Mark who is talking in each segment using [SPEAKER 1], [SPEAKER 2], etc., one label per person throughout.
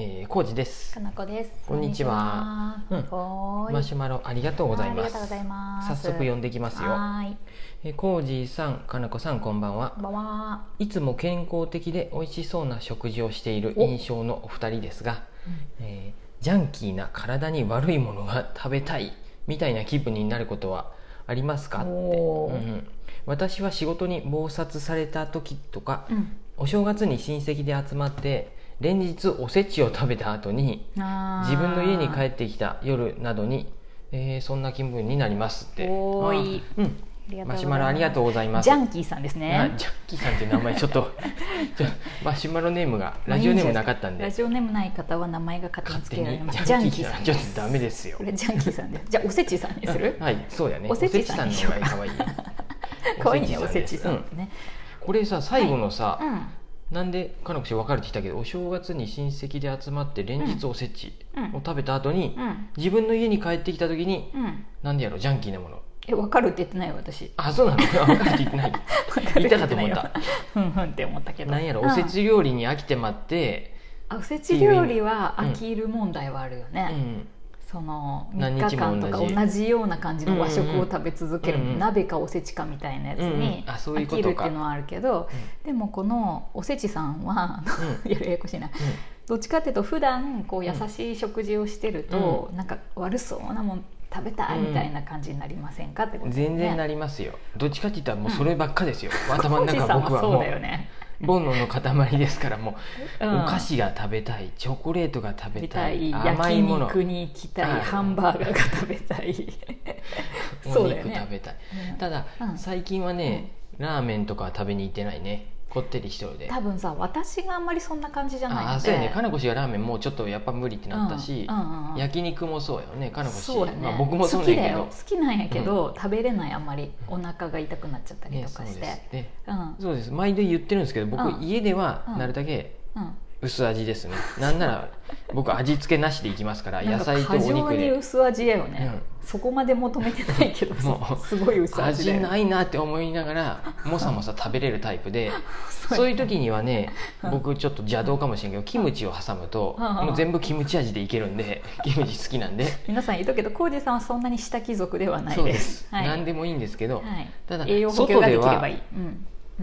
[SPEAKER 1] えー、コウジです
[SPEAKER 2] か。なこです。
[SPEAKER 1] こんにちは
[SPEAKER 2] こんにちははーい
[SPEAKER 1] マシュマロありがとうござい
[SPEAKER 2] あり
[SPEAKER 1] ま
[SPEAKER 2] が
[SPEAKER 1] す。
[SPEAKER 2] とうございます。
[SPEAKER 1] 早速読んでいきますよ。
[SPEAKER 2] はーい。
[SPEAKER 1] えー、コウジさん、かなこさん、こんばん
[SPEAKER 2] こ
[SPEAKER 1] は。
[SPEAKER 2] んばんは。
[SPEAKER 1] いつも健康的で美味しそうな食事をしている
[SPEAKER 2] お
[SPEAKER 1] 印象のお二人ですが、えージャンキーな体に悪いものが食べたいみたいな気分になることはありますかって、
[SPEAKER 2] お
[SPEAKER 1] う
[SPEAKER 2] ー
[SPEAKER 1] んうん私は仕事に忙殺された時とか
[SPEAKER 2] うん。
[SPEAKER 1] お正月に親戚で集まって連日おせちを食べた後に
[SPEAKER 2] あー
[SPEAKER 1] 自分の家に帰ってきた夜などに、えーそんな気分になりますって
[SPEAKER 2] おーい
[SPEAKER 1] あーうん
[SPEAKER 2] ありがとうございます
[SPEAKER 1] マシュマロありがとうございます
[SPEAKER 2] ジャンキーさんです
[SPEAKER 1] あ
[SPEAKER 2] ね。
[SPEAKER 1] ジャッキーさんっていう名前ちょっ とちょマシュマロネームがラジオネームなかったん
[SPEAKER 2] ラ
[SPEAKER 1] で
[SPEAKER 2] ジオネームない方は名前が勝手に
[SPEAKER 1] 勝
[SPEAKER 2] つ
[SPEAKER 1] 手
[SPEAKER 2] けられ
[SPEAKER 1] に
[SPEAKER 2] ま
[SPEAKER 1] ジ
[SPEAKER 2] す。。
[SPEAKER 1] ャッキーさんちょっとダメですすよ
[SPEAKER 2] これジャンキーさんで。じゃあおせちさんにする？
[SPEAKER 1] はいそうやね
[SPEAKER 2] おせちさ
[SPEAKER 1] お
[SPEAKER 2] んに
[SPEAKER 1] せ
[SPEAKER 2] し
[SPEAKER 1] ち
[SPEAKER 2] よ
[SPEAKER 1] さ
[SPEAKER 2] うん
[SPEAKER 1] の方が可 愛い
[SPEAKER 2] 可愛いねおせ
[SPEAKER 1] です
[SPEAKER 2] ちさん
[SPEAKER 1] う
[SPEAKER 2] ね。
[SPEAKER 1] これさ最後のさ、
[SPEAKER 2] うん。
[SPEAKER 1] なんでかのこし分かるって言ったけどお正月に親戚で集まって連日おせちを食べた後に、
[SPEAKER 2] うん。
[SPEAKER 1] 自分の家に帰ってきた時に
[SPEAKER 2] うん。
[SPEAKER 1] なんでやろジャンキーなもの
[SPEAKER 2] えわかるって言ってないよ私。
[SPEAKER 1] あそうなの 分かるって言ってない言ったかと思った。
[SPEAKER 2] うんうんって思った けど。
[SPEAKER 1] なんやろおせ
[SPEAKER 2] うん
[SPEAKER 1] ち料理に飽きてまって、
[SPEAKER 2] あおせち料理は飽きる問題はあるよね、
[SPEAKER 1] うん
[SPEAKER 2] その
[SPEAKER 1] 何
[SPEAKER 2] 3
[SPEAKER 1] 日
[SPEAKER 2] 日間
[SPEAKER 1] も同
[SPEAKER 2] と
[SPEAKER 1] じ
[SPEAKER 2] か同じような感じの和食を食べ続ける、
[SPEAKER 1] うんうんうん
[SPEAKER 2] 鍋かおせちかみたいなやつ
[SPEAKER 1] うんう
[SPEAKER 2] に
[SPEAKER 1] んあそういう
[SPEAKER 2] 飽
[SPEAKER 1] こ
[SPEAKER 2] き
[SPEAKER 1] と
[SPEAKER 2] る
[SPEAKER 1] か
[SPEAKER 2] っていうのはあるけど、でもこのおせちさんはあの いやややこしいなどっちかっていうと普段こう優しい食事をしてると、なんか悪そうなもん食べたいみたいな感じになりませんかってこ
[SPEAKER 1] うん
[SPEAKER 2] とですね
[SPEAKER 1] 全然なりますよどっちかって言ったらもうそればっかですよ、頭の
[SPEAKER 2] おじ
[SPEAKER 1] 中
[SPEAKER 2] さん
[SPEAKER 1] 僕は
[SPEAKER 2] はそう
[SPEAKER 1] もう
[SPEAKER 2] だよね、
[SPEAKER 1] 煩悩の塊ですからもう、
[SPEAKER 2] うん
[SPEAKER 1] お菓子が食べたいチョコレートが食べ
[SPEAKER 2] 食べた
[SPEAKER 1] た
[SPEAKER 2] い
[SPEAKER 1] い
[SPEAKER 2] 焼
[SPEAKER 1] 甘いもの
[SPEAKER 2] 肉に行きた
[SPEAKER 1] はい
[SPEAKER 2] いハンバーガーが食べたい
[SPEAKER 1] お
[SPEAKER 2] そうだよ
[SPEAKER 1] 肉
[SPEAKER 2] ね
[SPEAKER 1] 食べたい、
[SPEAKER 2] うん
[SPEAKER 1] ただ、
[SPEAKER 2] うん
[SPEAKER 1] 最近はね、ラーメンとかは食べに行ってないねこってりしてるで
[SPEAKER 2] 多分さ私があんまりそんな感じじゃないので
[SPEAKER 1] ああそうやねかなこしがラーメンもうちょっとやっぱ無理ってなったし、
[SPEAKER 2] うんうんうんうん
[SPEAKER 1] 焼肉もそうよねかなこし、
[SPEAKER 2] そうやね、
[SPEAKER 1] まあ、僕もそう
[SPEAKER 2] 好
[SPEAKER 1] ねん
[SPEAKER 2] きだ
[SPEAKER 1] け
[SPEAKER 2] よ
[SPEAKER 1] ど
[SPEAKER 2] 好きなんやけど、食べれないあんまりお腹が痛くなっちゃったり
[SPEAKER 1] ね
[SPEAKER 2] と
[SPEAKER 1] そ
[SPEAKER 2] か
[SPEAKER 1] うで
[SPEAKER 2] し
[SPEAKER 1] す
[SPEAKER 2] て、
[SPEAKER 1] ね
[SPEAKER 2] うん
[SPEAKER 1] そうです毎度言ってるんですけど僕、
[SPEAKER 2] うん
[SPEAKER 1] 家では
[SPEAKER 2] うん
[SPEAKER 1] なるだけ
[SPEAKER 2] うん
[SPEAKER 1] 薄味です ね、なんなら僕味付けなしでいきますから
[SPEAKER 2] な
[SPEAKER 1] 野
[SPEAKER 2] んか
[SPEAKER 1] 菜とお
[SPEAKER 2] 過剰
[SPEAKER 1] 肉
[SPEAKER 2] に
[SPEAKER 1] で
[SPEAKER 2] 薄味やよね、そこまで求めてないけど
[SPEAKER 1] もう
[SPEAKER 2] すごい薄味だ
[SPEAKER 1] 味
[SPEAKER 2] よ
[SPEAKER 1] ないなって思いなが らもさもさ食べれるタイプで
[SPEAKER 2] そ
[SPEAKER 1] そうう
[SPEAKER 2] や
[SPEAKER 1] いう時にはね僕ちょっと邪道かもしれんけどキムチを挟むと
[SPEAKER 2] うん
[SPEAKER 1] もう全部キムチ味でいけるんで キムチ好きなんで
[SPEAKER 2] 皆さん言うとくけど浩二さんはそんなに下貴族ではない
[SPEAKER 1] そう
[SPEAKER 2] で
[SPEAKER 1] ですす何でもいいんですけど
[SPEAKER 2] はい、
[SPEAKER 1] ただ
[SPEAKER 2] 栄養補給ができればいい、
[SPEAKER 1] 外
[SPEAKER 2] うん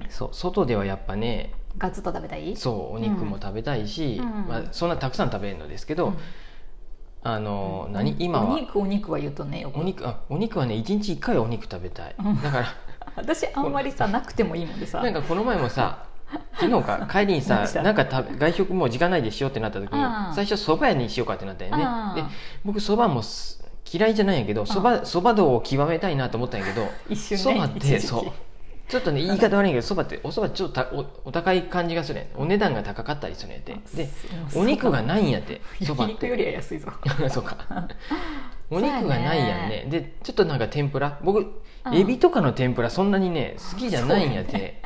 [SPEAKER 2] うん、
[SPEAKER 1] そう外ではやっぱね
[SPEAKER 2] ガツッと食べたい
[SPEAKER 1] そうお肉も食べたいし
[SPEAKER 2] うんうん
[SPEAKER 1] まあそんなたくさん食べるのですけど
[SPEAKER 2] ん
[SPEAKER 1] あの何今
[SPEAKER 2] お
[SPEAKER 1] は
[SPEAKER 2] 肉お肉は言うとねよく
[SPEAKER 1] お肉あお肉はね1日1回はお肉食べたい
[SPEAKER 2] うん
[SPEAKER 1] だから
[SPEAKER 2] 私あんまりさなくてもいいもんでさ
[SPEAKER 1] なんかこの前もさ昨日か帰りにさ
[SPEAKER 2] 何した
[SPEAKER 1] なんか食べ外食もう時間ないでしようってなった時に
[SPEAKER 2] ああ
[SPEAKER 1] 最初そば屋にしようかってなったよ
[SPEAKER 2] ああ
[SPEAKER 1] ねで僕そばもす嫌いじゃないんやけどそばそば道を極めたいなと思ったんやけど
[SPEAKER 2] 一瞬ね
[SPEAKER 1] そばって
[SPEAKER 2] 一時期
[SPEAKER 1] そうちょっとね言い方悪いんやけどそばっておそばちょっとたおお高い感じがするやんお値段が高かったりするんやってで
[SPEAKER 2] そう
[SPEAKER 1] お肉がないんやってそばっ
[SPEAKER 2] 焼肉よりは
[SPEAKER 1] て
[SPEAKER 2] 安いぞ
[SPEAKER 1] そうか お肉がないやんねでちょっとなんか天ぷら僕
[SPEAKER 2] うん
[SPEAKER 1] エビとかの天ぷらそんなにね好きじゃないんやっ
[SPEAKER 2] そうや
[SPEAKER 1] て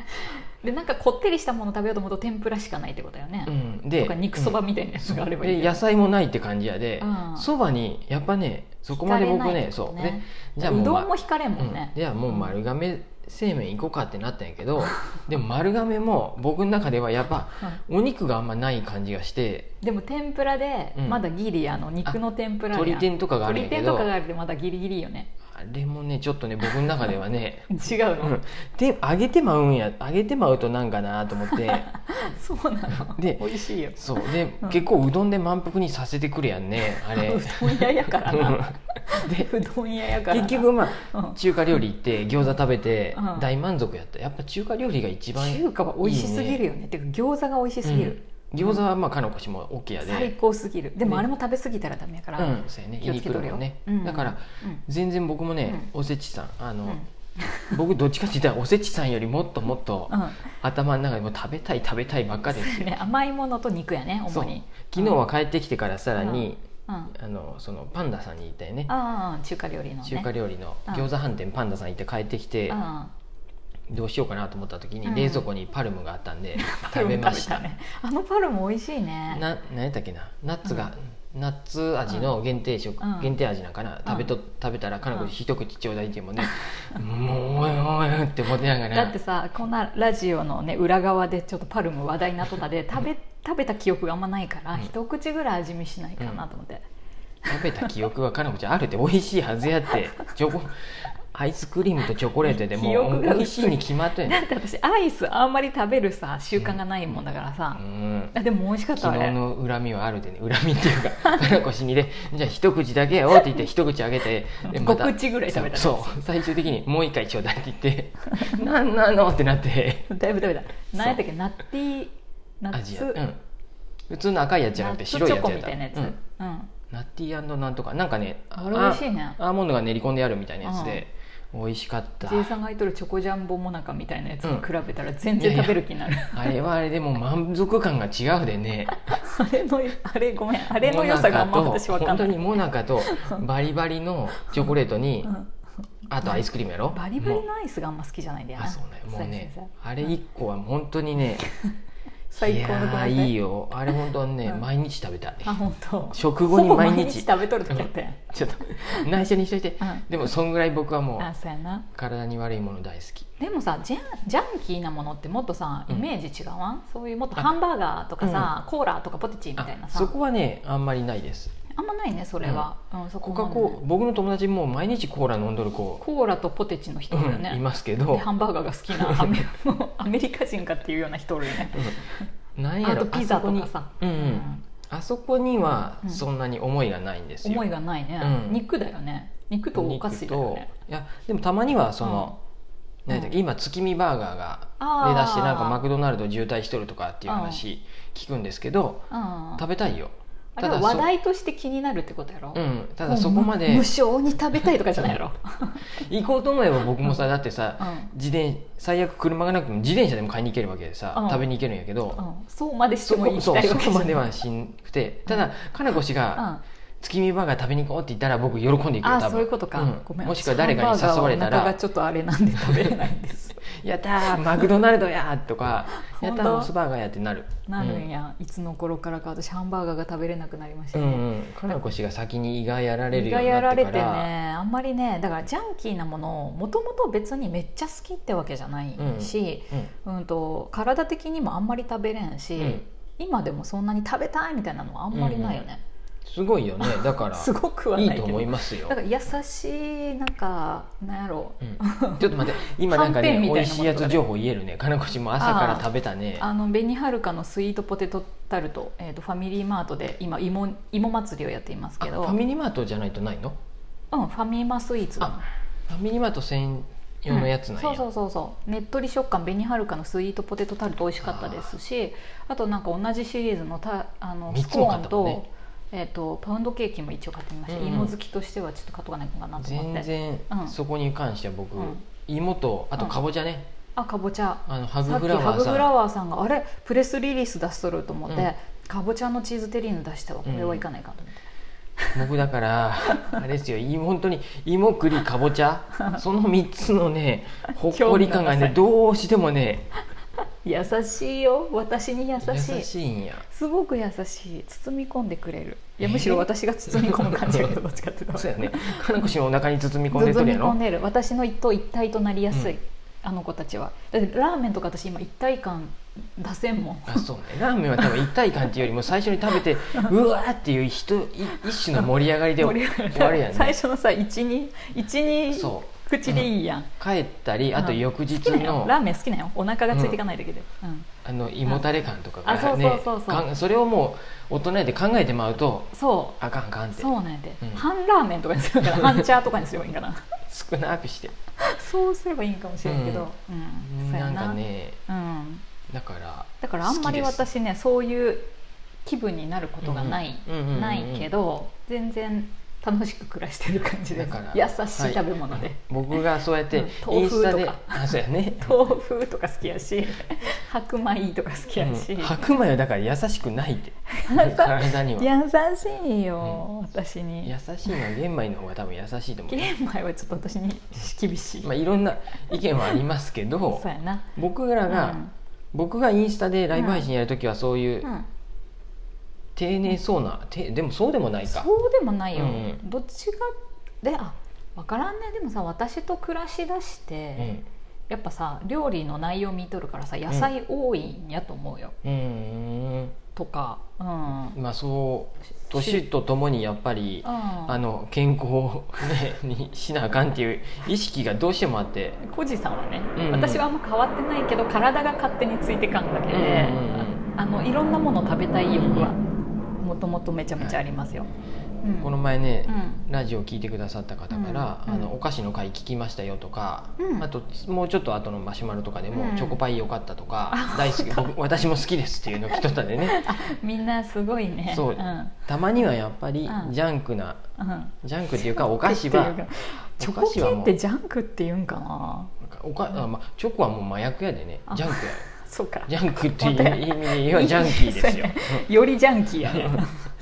[SPEAKER 2] でなんかこってりしたもの食べようと思うと天ぷらしかないってことよね、
[SPEAKER 1] うん、で
[SPEAKER 2] とか肉そばみたいなやつがあればいい
[SPEAKER 1] で
[SPEAKER 2] よ
[SPEAKER 1] 野菜もないって感じやで
[SPEAKER 2] うん
[SPEAKER 1] そば、にやっぱねそこまで僕
[SPEAKER 2] 惹かれな
[SPEAKER 1] ね
[SPEAKER 2] いってこ
[SPEAKER 1] そ
[SPEAKER 2] と
[SPEAKER 1] う
[SPEAKER 2] ね
[SPEAKER 1] ねじゃあ
[SPEAKER 2] う
[SPEAKER 1] もう,、
[SPEAKER 2] ど
[SPEAKER 1] ま
[SPEAKER 2] んも引かれんもんね、
[SPEAKER 1] うんじゃあもう丸亀製麺行こうかってなったんやけど でも丸亀も僕の中ではやっぱお肉があんまない感じがして
[SPEAKER 2] でも天ぷらで
[SPEAKER 1] うん
[SPEAKER 2] まだギリあの肉の天ぷらやん
[SPEAKER 1] 鶏天とかがあるんやけ
[SPEAKER 2] 鶏天と
[SPEAKER 1] ど
[SPEAKER 2] かが
[SPEAKER 1] あ
[SPEAKER 2] あるでまだギリギリよね
[SPEAKER 1] れもねちょっとね僕の中ではね
[SPEAKER 2] 違う
[SPEAKER 1] う
[SPEAKER 2] の、
[SPEAKER 1] んで揚げてまうんや揚げてまうとなんかなと思って
[SPEAKER 2] そうなの
[SPEAKER 1] で
[SPEAKER 2] 美味しいよ
[SPEAKER 1] そうで、
[SPEAKER 2] うん
[SPEAKER 1] 結構うどんで満腹にさせてくるやんねあれ
[SPEAKER 2] うどん屋やからな
[SPEAKER 1] で
[SPEAKER 2] うどん屋やからな
[SPEAKER 1] 結局まあ
[SPEAKER 2] うん
[SPEAKER 1] 中華料理行って餃子食べて
[SPEAKER 2] うん
[SPEAKER 1] 大満足やったやっぱ中華料理が一番
[SPEAKER 2] 中華は美味しすぎる
[SPEAKER 1] よ
[SPEAKER 2] よねっていうか餃子が美味しすぎる、
[SPEAKER 1] 餃子はまあかのこしも OK や
[SPEAKER 2] 最
[SPEAKER 1] で
[SPEAKER 2] 高すぎるでも
[SPEAKER 1] ね
[SPEAKER 2] あれも食べ過ぎたらダメやか
[SPEAKER 1] う
[SPEAKER 2] ら、
[SPEAKER 1] んそうやね
[SPEAKER 2] 気をつけとる
[SPEAKER 1] 胃に来るも
[SPEAKER 2] よ、
[SPEAKER 1] んね
[SPEAKER 2] うん
[SPEAKER 1] だから全然僕もねおせちさんあ
[SPEAKER 2] うん
[SPEAKER 1] の
[SPEAKER 2] うん
[SPEAKER 1] 僕どっちかって言ったらおせちさんよりもっともっと
[SPEAKER 2] うん
[SPEAKER 1] 頭の中でもう食べたい食べたいばっかです
[SPEAKER 2] ね、甘いものと肉やね
[SPEAKER 1] そ
[SPEAKER 2] 主
[SPEAKER 1] う
[SPEAKER 2] に
[SPEAKER 1] 昨日は帰ってきてからさらに
[SPEAKER 2] うん、あ
[SPEAKER 1] あのそのパンダさんに行ったよね
[SPEAKER 2] あ中華料理のね
[SPEAKER 1] 中華
[SPEAKER 2] 料
[SPEAKER 1] 料理の
[SPEAKER 2] うん
[SPEAKER 1] 餃子飯店パンダさん行って帰ってきて
[SPEAKER 2] あ
[SPEAKER 1] どうしようかなと思った時
[SPEAKER 2] う
[SPEAKER 1] に
[SPEAKER 2] ん
[SPEAKER 1] 冷蔵庫にパルム があったんで
[SPEAKER 2] あ
[SPEAKER 1] 食べました
[SPEAKER 2] ねあのパルも美味しいね
[SPEAKER 1] な何やったっけなナッツが、ナッツ味の限定食、
[SPEAKER 2] うん
[SPEAKER 1] 限定味なんかな、
[SPEAKER 2] ん
[SPEAKER 1] 食べと食べたらかなこ一口ちょうだいってもね、もうおいおいおいって思ってながら
[SPEAKER 2] だってさこんなラジオの、ね、裏側でちょっとパルム話題になっとったで食べ食べた記憶があんまないから、
[SPEAKER 1] うん
[SPEAKER 2] 一口ぐらい味見しないかなと思って、
[SPEAKER 1] 食べた記憶はかなこちゃんあるって美味しいはずやってチョコアイスクリームとチョコレートでも
[SPEAKER 2] 記
[SPEAKER 1] う
[SPEAKER 2] 憶が薄い
[SPEAKER 1] 美味しいに決まってんね
[SPEAKER 2] だって私アイスあんまり食べるさ習慣がないもんだからさ、
[SPEAKER 1] うん
[SPEAKER 2] あでも美味しかったあ
[SPEAKER 1] 昨日
[SPEAKER 2] れ
[SPEAKER 1] の恨みはあるでね恨みっていうかかなこ死にでじゃあ一口だけよって言 って一口あげてで
[SPEAKER 2] 5口ぐらい食べたね
[SPEAKER 1] そうそう最終的にもう一回ちょうだいって 言ってなんなのってなって
[SPEAKER 2] だいぶ食べた何やったっけナッティーナッ
[SPEAKER 1] 味
[SPEAKER 2] ツ
[SPEAKER 1] や、うん、普通の赤いやつじゃ
[SPEAKER 2] ナ
[SPEAKER 1] な
[SPEAKER 2] ッ
[SPEAKER 1] くて
[SPEAKER 2] ツチ
[SPEAKER 1] 白いやつや
[SPEAKER 2] ョコ
[SPEAKER 1] っ
[SPEAKER 2] みたいなやつ、うん
[SPEAKER 1] うんナッティーなんとかなんかね
[SPEAKER 2] あれ美味しいね
[SPEAKER 1] あアーモンドが練り込んであるみたいなやつで、美味しかった
[SPEAKER 2] ジェイさんが言っとるチョコジャンボモナカみたいなやつに比べたら全然食べる気になる、
[SPEAKER 1] あれはあれでも満足感が違うでね
[SPEAKER 2] あれのあれごめ んあれの良さがあんま
[SPEAKER 1] モナカ
[SPEAKER 2] 私
[SPEAKER 1] と
[SPEAKER 2] わか
[SPEAKER 1] 本
[SPEAKER 2] んな
[SPEAKER 1] 当
[SPEAKER 2] い
[SPEAKER 1] にモナカとバリバリのチョコレートに、
[SPEAKER 2] うん
[SPEAKER 1] あとアイスクリームやろ
[SPEAKER 2] バリバ
[SPEAKER 1] も
[SPEAKER 2] リ
[SPEAKER 1] う
[SPEAKER 2] のアイスがあんま好きじゃないんだよな
[SPEAKER 1] あそうねもうね
[SPEAKER 2] そうそうそう
[SPEAKER 1] あれ一個は本当にね
[SPEAKER 2] 最高の
[SPEAKER 1] いや
[SPEAKER 2] ごめ
[SPEAKER 1] ー
[SPEAKER 2] んね
[SPEAKER 1] いいよあれ本当はね、
[SPEAKER 2] うん
[SPEAKER 1] 毎日食べたい
[SPEAKER 2] あ本当
[SPEAKER 1] 食後に
[SPEAKER 2] ほぼ
[SPEAKER 1] 毎日
[SPEAKER 2] 食べとる時やったやん
[SPEAKER 1] ちょっと 内緒にしといて、
[SPEAKER 2] うん
[SPEAKER 1] でもそんぐらい僕はも
[SPEAKER 2] あ
[SPEAKER 1] う
[SPEAKER 2] そうやな
[SPEAKER 1] 体に悪いもの大好き
[SPEAKER 2] でもさジャンジャンキーなものってもっとさ
[SPEAKER 1] う
[SPEAKER 2] イ
[SPEAKER 1] ん
[SPEAKER 2] メージ違うわん、そういうもっとハンバーガーとかさ、コーラとかポテチみ
[SPEAKER 1] あ
[SPEAKER 2] たいなさ
[SPEAKER 1] そこはねあんまりないです
[SPEAKER 2] あんまないねそれは、うんそ
[SPEAKER 1] コ
[SPEAKER 2] こ
[SPEAKER 1] カ・
[SPEAKER 2] はね
[SPEAKER 1] コー僕の友達もう毎日コーラ飲んどる子、
[SPEAKER 2] コーラとポテチの人だよね、
[SPEAKER 1] うんいますけ
[SPEAKER 2] で
[SPEAKER 1] ど
[SPEAKER 2] ハンバーガーが好きなアメ もうアメリカ人かっていうような人おるよね
[SPEAKER 1] なんや
[SPEAKER 2] あ
[SPEAKER 1] ろ
[SPEAKER 2] とピザとか
[SPEAKER 1] あそこ
[SPEAKER 2] さ、
[SPEAKER 1] にうんうんあそこには
[SPEAKER 2] うん
[SPEAKER 1] そんなに思いがないんですよ、
[SPEAKER 2] 思いがないね、
[SPEAKER 1] うん
[SPEAKER 2] 肉だよね肉とお菓子だよね
[SPEAKER 1] 肉といやでもたまにはその、
[SPEAKER 2] うん
[SPEAKER 1] 何だっけ今月見バーガー
[SPEAKER 2] あ
[SPEAKER 1] が
[SPEAKER 2] ー
[SPEAKER 1] 出だしてなんかマクドナルド渋滞しとるとかっていう話聞くんですけど
[SPEAKER 2] うん
[SPEAKER 1] 食べたいよ
[SPEAKER 2] あれは
[SPEAKER 1] そ
[SPEAKER 2] 話題として気になるってことやろ、
[SPEAKER 1] うん、ただそこま
[SPEAKER 2] もう無
[SPEAKER 1] で
[SPEAKER 2] 無償に食べたいとかじゃないやろ、
[SPEAKER 1] 行こうと思えば僕もさだってさ、
[SPEAKER 2] う
[SPEAKER 1] 自転最悪車がなくても自転車でも買いに行けるわけでさ、
[SPEAKER 2] うん
[SPEAKER 1] 食べに行けるんやけど、
[SPEAKER 2] んうん、そうまでして
[SPEAKER 1] そ
[SPEAKER 2] もい
[SPEAKER 1] こ
[SPEAKER 2] いたい
[SPEAKER 1] そ
[SPEAKER 2] わ
[SPEAKER 1] う
[SPEAKER 2] けじ
[SPEAKER 1] そ
[SPEAKER 2] ゃない
[SPEAKER 1] こまではしんくてただ、かなこ氏が、
[SPEAKER 2] うん
[SPEAKER 1] 月見バーガー食べに行こうって言ったら僕喜んで行くよ多
[SPEAKER 2] あ
[SPEAKER 1] 分
[SPEAKER 2] そういうことか、
[SPEAKER 1] ん
[SPEAKER 2] ごめん
[SPEAKER 1] もしくは誰かに誘われた
[SPEAKER 2] ハンバーガーはお腹が
[SPEAKER 1] ら
[SPEAKER 2] ちょっとあれなんで食べれないんです
[SPEAKER 1] 「やったーマクドナルドや!」とか「やったー
[SPEAKER 2] 本当
[SPEAKER 1] モスバーガーや!」ってなる
[SPEAKER 2] なるんや、いつの頃からか私ハンバーガーが食べれなくなりまし
[SPEAKER 1] う
[SPEAKER 2] た
[SPEAKER 1] ん
[SPEAKER 2] ね、
[SPEAKER 1] うんうんかなこ氏が先に胃がやられるよ
[SPEAKER 2] 胃が
[SPEAKER 1] うにな
[SPEAKER 2] やら
[SPEAKER 1] って
[SPEAKER 2] れ
[SPEAKER 1] か
[SPEAKER 2] てね
[SPEAKER 1] ら
[SPEAKER 2] あんまりねだからジャンキーなものをもともと別にめっちゃ好きってわけじゃないし、
[SPEAKER 1] うん
[SPEAKER 2] うんと体的にもあんまり食べれんし、
[SPEAKER 1] うん
[SPEAKER 2] 今でもそんなに食べたいみたいなのはあんまりないよね、
[SPEAKER 1] すごいよねだか
[SPEAKER 2] す
[SPEAKER 1] ら
[SPEAKER 2] ごくはいないいけ
[SPEAKER 1] と
[SPEAKER 2] ど
[SPEAKER 1] 思いますよ
[SPEAKER 2] だから優しいなんかなんやろう、
[SPEAKER 1] うんちょっと待って今なんか
[SPEAKER 2] は
[SPEAKER 1] ね
[SPEAKER 2] んぺんみた
[SPEAKER 1] 美
[SPEAKER 2] いなもの
[SPEAKER 1] 味しいやつ情報言えるねかなこ氏も朝から食べたね
[SPEAKER 2] あの紅はるかのスイートポテトタルト,、えー、とファミリーマートで今芋芋祭りをやっています
[SPEAKER 1] あ
[SPEAKER 2] け
[SPEAKER 1] フ
[SPEAKER 2] ど
[SPEAKER 1] ァミリーマートじゃないとないの
[SPEAKER 2] うん、ファミマスイーツだもん
[SPEAKER 1] あファミリーマート専用のやつなんや、
[SPEAKER 2] うんそうそうそうそうねっとり食感紅はるかのスイートポテトタルト美味しかったですしあとなんか同じシリーズのたあの
[SPEAKER 1] 三
[SPEAKER 2] ス
[SPEAKER 1] つも
[SPEAKER 2] コ
[SPEAKER 1] 買
[SPEAKER 2] ー
[SPEAKER 1] っ
[SPEAKER 2] ン
[SPEAKER 1] たも
[SPEAKER 2] と,、
[SPEAKER 1] んね
[SPEAKER 2] えー、とパウンドケーキも一応買ってみました、
[SPEAKER 1] うんうん
[SPEAKER 2] 芋好きとしてはちょっと買っとかないかなと思
[SPEAKER 1] 全
[SPEAKER 2] って
[SPEAKER 1] 然
[SPEAKER 2] うん
[SPEAKER 1] そこに関しては僕、
[SPEAKER 2] うん
[SPEAKER 1] 芋とあとかぼちゃね、
[SPEAKER 2] あかぼちゃ
[SPEAKER 1] あのハグ
[SPEAKER 2] さっ
[SPEAKER 1] フ
[SPEAKER 2] き
[SPEAKER 1] ラ
[SPEAKER 2] ハ
[SPEAKER 1] ワー
[SPEAKER 2] グ
[SPEAKER 1] さ
[SPEAKER 2] フ
[SPEAKER 1] ん
[SPEAKER 2] ラワーさんがあれプレスリリース出しとると思って、
[SPEAKER 1] うん
[SPEAKER 2] かぼちゃのチーズテリーヌ出したわこれはいかないかと思って、
[SPEAKER 1] 僕だからあれですよい本当に芋栗かぼち ゃその3つのねほっこり感が
[SPEAKER 2] 興味がな
[SPEAKER 1] ね
[SPEAKER 2] い
[SPEAKER 1] どうしてもね
[SPEAKER 2] 優しいよ私に優しい
[SPEAKER 1] 優しいんや
[SPEAKER 2] すごく優しい包み込んでくれるい
[SPEAKER 1] え
[SPEAKER 2] や
[SPEAKER 1] ー
[SPEAKER 2] むしろ私が包み込む感じがどっちかっていうと
[SPEAKER 1] そうやねかなこ氏のお腹に包み込んでとる
[SPEAKER 2] 包み
[SPEAKER 1] や
[SPEAKER 2] 込
[SPEAKER 1] ろ
[SPEAKER 2] んでる私の一と一体となりやすい、
[SPEAKER 1] うん
[SPEAKER 2] あの子たちはだってラーメンとか私今一体感出せんもん
[SPEAKER 1] あそうねラーメンは多分一体感っていうよりも最初に食 べてうわーっていう人一種の盛り上がりで
[SPEAKER 2] 盛り上がる
[SPEAKER 1] 終わるやん
[SPEAKER 2] 最
[SPEAKER 1] ね
[SPEAKER 2] 初のさ12
[SPEAKER 1] そう
[SPEAKER 2] 口でいいやん、
[SPEAKER 1] 帰ったりあと翌日
[SPEAKER 2] 好きなよ
[SPEAKER 1] の
[SPEAKER 2] ラーメン好きなよお腹がついていかないだけで、うん
[SPEAKER 1] あの胃もたれ感とかが
[SPEAKER 2] あ
[SPEAKER 1] ね
[SPEAKER 2] そうそうそうそう
[SPEAKER 1] かんそれをもう大人で考えてまうと
[SPEAKER 2] そ
[SPEAKER 1] あかんあかんっ
[SPEAKER 2] う
[SPEAKER 1] て
[SPEAKER 2] そうなんやで、
[SPEAKER 1] うん
[SPEAKER 2] 半ラーメンとかにするから半チャーとかにすればいいん かな
[SPEAKER 1] 少なくして
[SPEAKER 2] そうすればいいんかもしれんけど、うんそうや
[SPEAKER 1] なん
[SPEAKER 2] な
[SPEAKER 1] かね
[SPEAKER 2] うん、
[SPEAKER 1] だから
[SPEAKER 2] だからあんまり
[SPEAKER 1] 好きです
[SPEAKER 2] 私ねそういう気分になることがない、
[SPEAKER 1] うんうんうんうんうん
[SPEAKER 2] ないけど全然楽しく暮らしてる感じで
[SPEAKER 1] だ
[SPEAKER 2] す
[SPEAKER 1] から
[SPEAKER 2] 優しい食べ物で、
[SPEAKER 1] はい僕がそうやって
[SPEAKER 2] うん
[SPEAKER 1] イン
[SPEAKER 2] 豆
[SPEAKER 1] ス
[SPEAKER 2] 腐と
[SPEAKER 1] タ
[SPEAKER 2] か
[SPEAKER 1] であそうや ね
[SPEAKER 2] 豆腐とか好き やし白米とか好きやし、
[SPEAKER 1] うん白米はだから優しくないって 体には
[SPEAKER 2] 優しいよ、私に
[SPEAKER 1] 優しいのは玄米の方が多分優しいと思う
[SPEAKER 2] 玄米はちょっと私に厳しい、
[SPEAKER 1] まあいろんな意見はありますけど
[SPEAKER 2] そうやな
[SPEAKER 1] 僕らが
[SPEAKER 2] うん
[SPEAKER 1] 僕がインスタでライブ配信やるときはそういう
[SPEAKER 2] うん
[SPEAKER 1] 丁寧そうな、てでもそうでもないか
[SPEAKER 2] そうでもないよ、
[SPEAKER 1] うん
[SPEAKER 2] どっちがであ分からんねでもさ私と暮らしだして、
[SPEAKER 1] うん
[SPEAKER 2] やっぱさ料理の内容見とるからさ野菜多いんやと思うよ、
[SPEAKER 1] うん
[SPEAKER 2] とかうん、
[SPEAKER 1] まあそう年とともにやっぱりあ
[SPEAKER 2] う
[SPEAKER 1] の健康を、ね、にしなあかんっていう意識がどうしてもあって、
[SPEAKER 2] ん、コジさんはね、
[SPEAKER 1] うんうん
[SPEAKER 2] 私はあんま変わってないけど体が勝手についてかんだけで、あのいろんなもの食べたい欲はもともとめちゃめちゃありますよ、うん
[SPEAKER 1] この前ね、
[SPEAKER 2] うん
[SPEAKER 1] ラジオを聞いてくださった方から、
[SPEAKER 2] うんうん
[SPEAKER 1] あのお菓子の回聞きましたよとか、
[SPEAKER 2] うん
[SPEAKER 1] あともうちょっと後のマシュマロとかでも、
[SPEAKER 2] うん
[SPEAKER 1] チョコパイ良かったとか、大好き僕私も好きですっていうの来とったんでね
[SPEAKER 2] みんなすごいね
[SPEAKER 1] そう
[SPEAKER 2] うん
[SPEAKER 1] たまにはやっぱり
[SPEAKER 2] うん
[SPEAKER 1] ジャンクな
[SPEAKER 2] うん、
[SPEAKER 1] ジャンクっていうかお菓子は
[SPEAKER 2] チョ
[SPEAKER 1] お
[SPEAKER 2] コ
[SPEAKER 1] 菓子
[SPEAKER 2] 系
[SPEAKER 1] はもう
[SPEAKER 2] ってジャンクって言うんかな
[SPEAKER 1] おかあ、まあ、チョコはもう麻薬やでね
[SPEAKER 2] あ
[SPEAKER 1] ジャンクや
[SPEAKER 2] そうか
[SPEAKER 1] ジャンクって いう意味で言えばジャンキー です よ
[SPEAKER 2] よりジャンキーや ね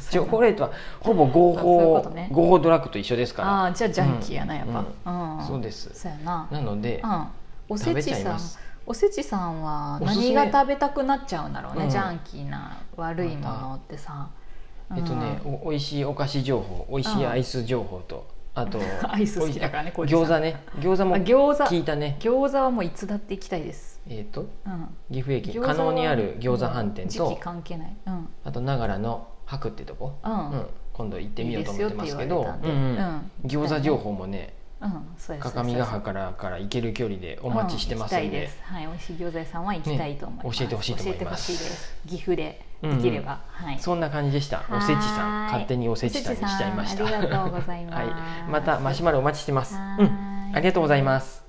[SPEAKER 1] チョコレートはほぼ合
[SPEAKER 2] あそういう
[SPEAKER 1] 法
[SPEAKER 2] ことね
[SPEAKER 1] 合法ドラッグと一緒です
[SPEAKER 2] あ
[SPEAKER 1] か
[SPEAKER 2] あーじゃあジャンキーやなやっぱ、うん
[SPEAKER 1] らそうです
[SPEAKER 2] そうやな
[SPEAKER 1] なので
[SPEAKER 2] うんおせ
[SPEAKER 1] 食べ
[SPEAKER 2] ち
[SPEAKER 1] ちゃい
[SPEAKER 2] さん
[SPEAKER 1] ます
[SPEAKER 2] おせちさんは
[SPEAKER 1] おすす
[SPEAKER 2] 何
[SPEAKER 1] め
[SPEAKER 2] が食べたくなっちゃうんだろうね、
[SPEAKER 1] うん
[SPEAKER 2] ジャンキーな悪いものってさ、
[SPEAKER 1] えっとね
[SPEAKER 2] うん
[SPEAKER 1] お美味しいお菓子情報美味しいアイス情報とあと
[SPEAKER 2] アイス好きだからね
[SPEAKER 1] おい餃
[SPEAKER 2] 浩二さ
[SPEAKER 1] 子ね餃子も
[SPEAKER 2] あ餃子
[SPEAKER 1] 聞いたね
[SPEAKER 2] 餃子はもういつだって行きたいです、
[SPEAKER 1] えっと
[SPEAKER 2] うん、
[SPEAKER 1] 岐阜駅
[SPEAKER 2] 餃子は
[SPEAKER 1] 加納にある餃子飯店
[SPEAKER 2] 時
[SPEAKER 1] と
[SPEAKER 2] 期関係ない、うん
[SPEAKER 1] あと長良の白ってとこ
[SPEAKER 2] うん
[SPEAKER 1] うん今度行ってみようと思ってますけ
[SPEAKER 2] いい
[SPEAKER 1] ど
[SPEAKER 2] ですよって
[SPEAKER 1] う
[SPEAKER 2] 言
[SPEAKER 1] ん
[SPEAKER 2] われ
[SPEAKER 1] う
[SPEAKER 2] た
[SPEAKER 1] ん
[SPEAKER 2] んでうん
[SPEAKER 1] 餃子情報もね
[SPEAKER 2] うん、そうです
[SPEAKER 1] 各務原からから行ける距離でお
[SPEAKER 2] お
[SPEAKER 1] 待ちしてます
[SPEAKER 2] 行
[SPEAKER 1] ん
[SPEAKER 2] きたい
[SPEAKER 1] で
[SPEAKER 2] です。はい、美味しい餃子屋さんは行きたいと思いま
[SPEAKER 1] ね
[SPEAKER 2] す。
[SPEAKER 1] 教えてほしいと思います
[SPEAKER 2] 教えてほしいです。岐阜でできれば、はい。
[SPEAKER 1] そんな感じでした。おせちさん、勝手におせちさんにしちゃいました。
[SPEAKER 2] おせちさんありがとうございます
[SPEAKER 1] はい、またマシュマロお待ちしてます。うん、ありがとうございます。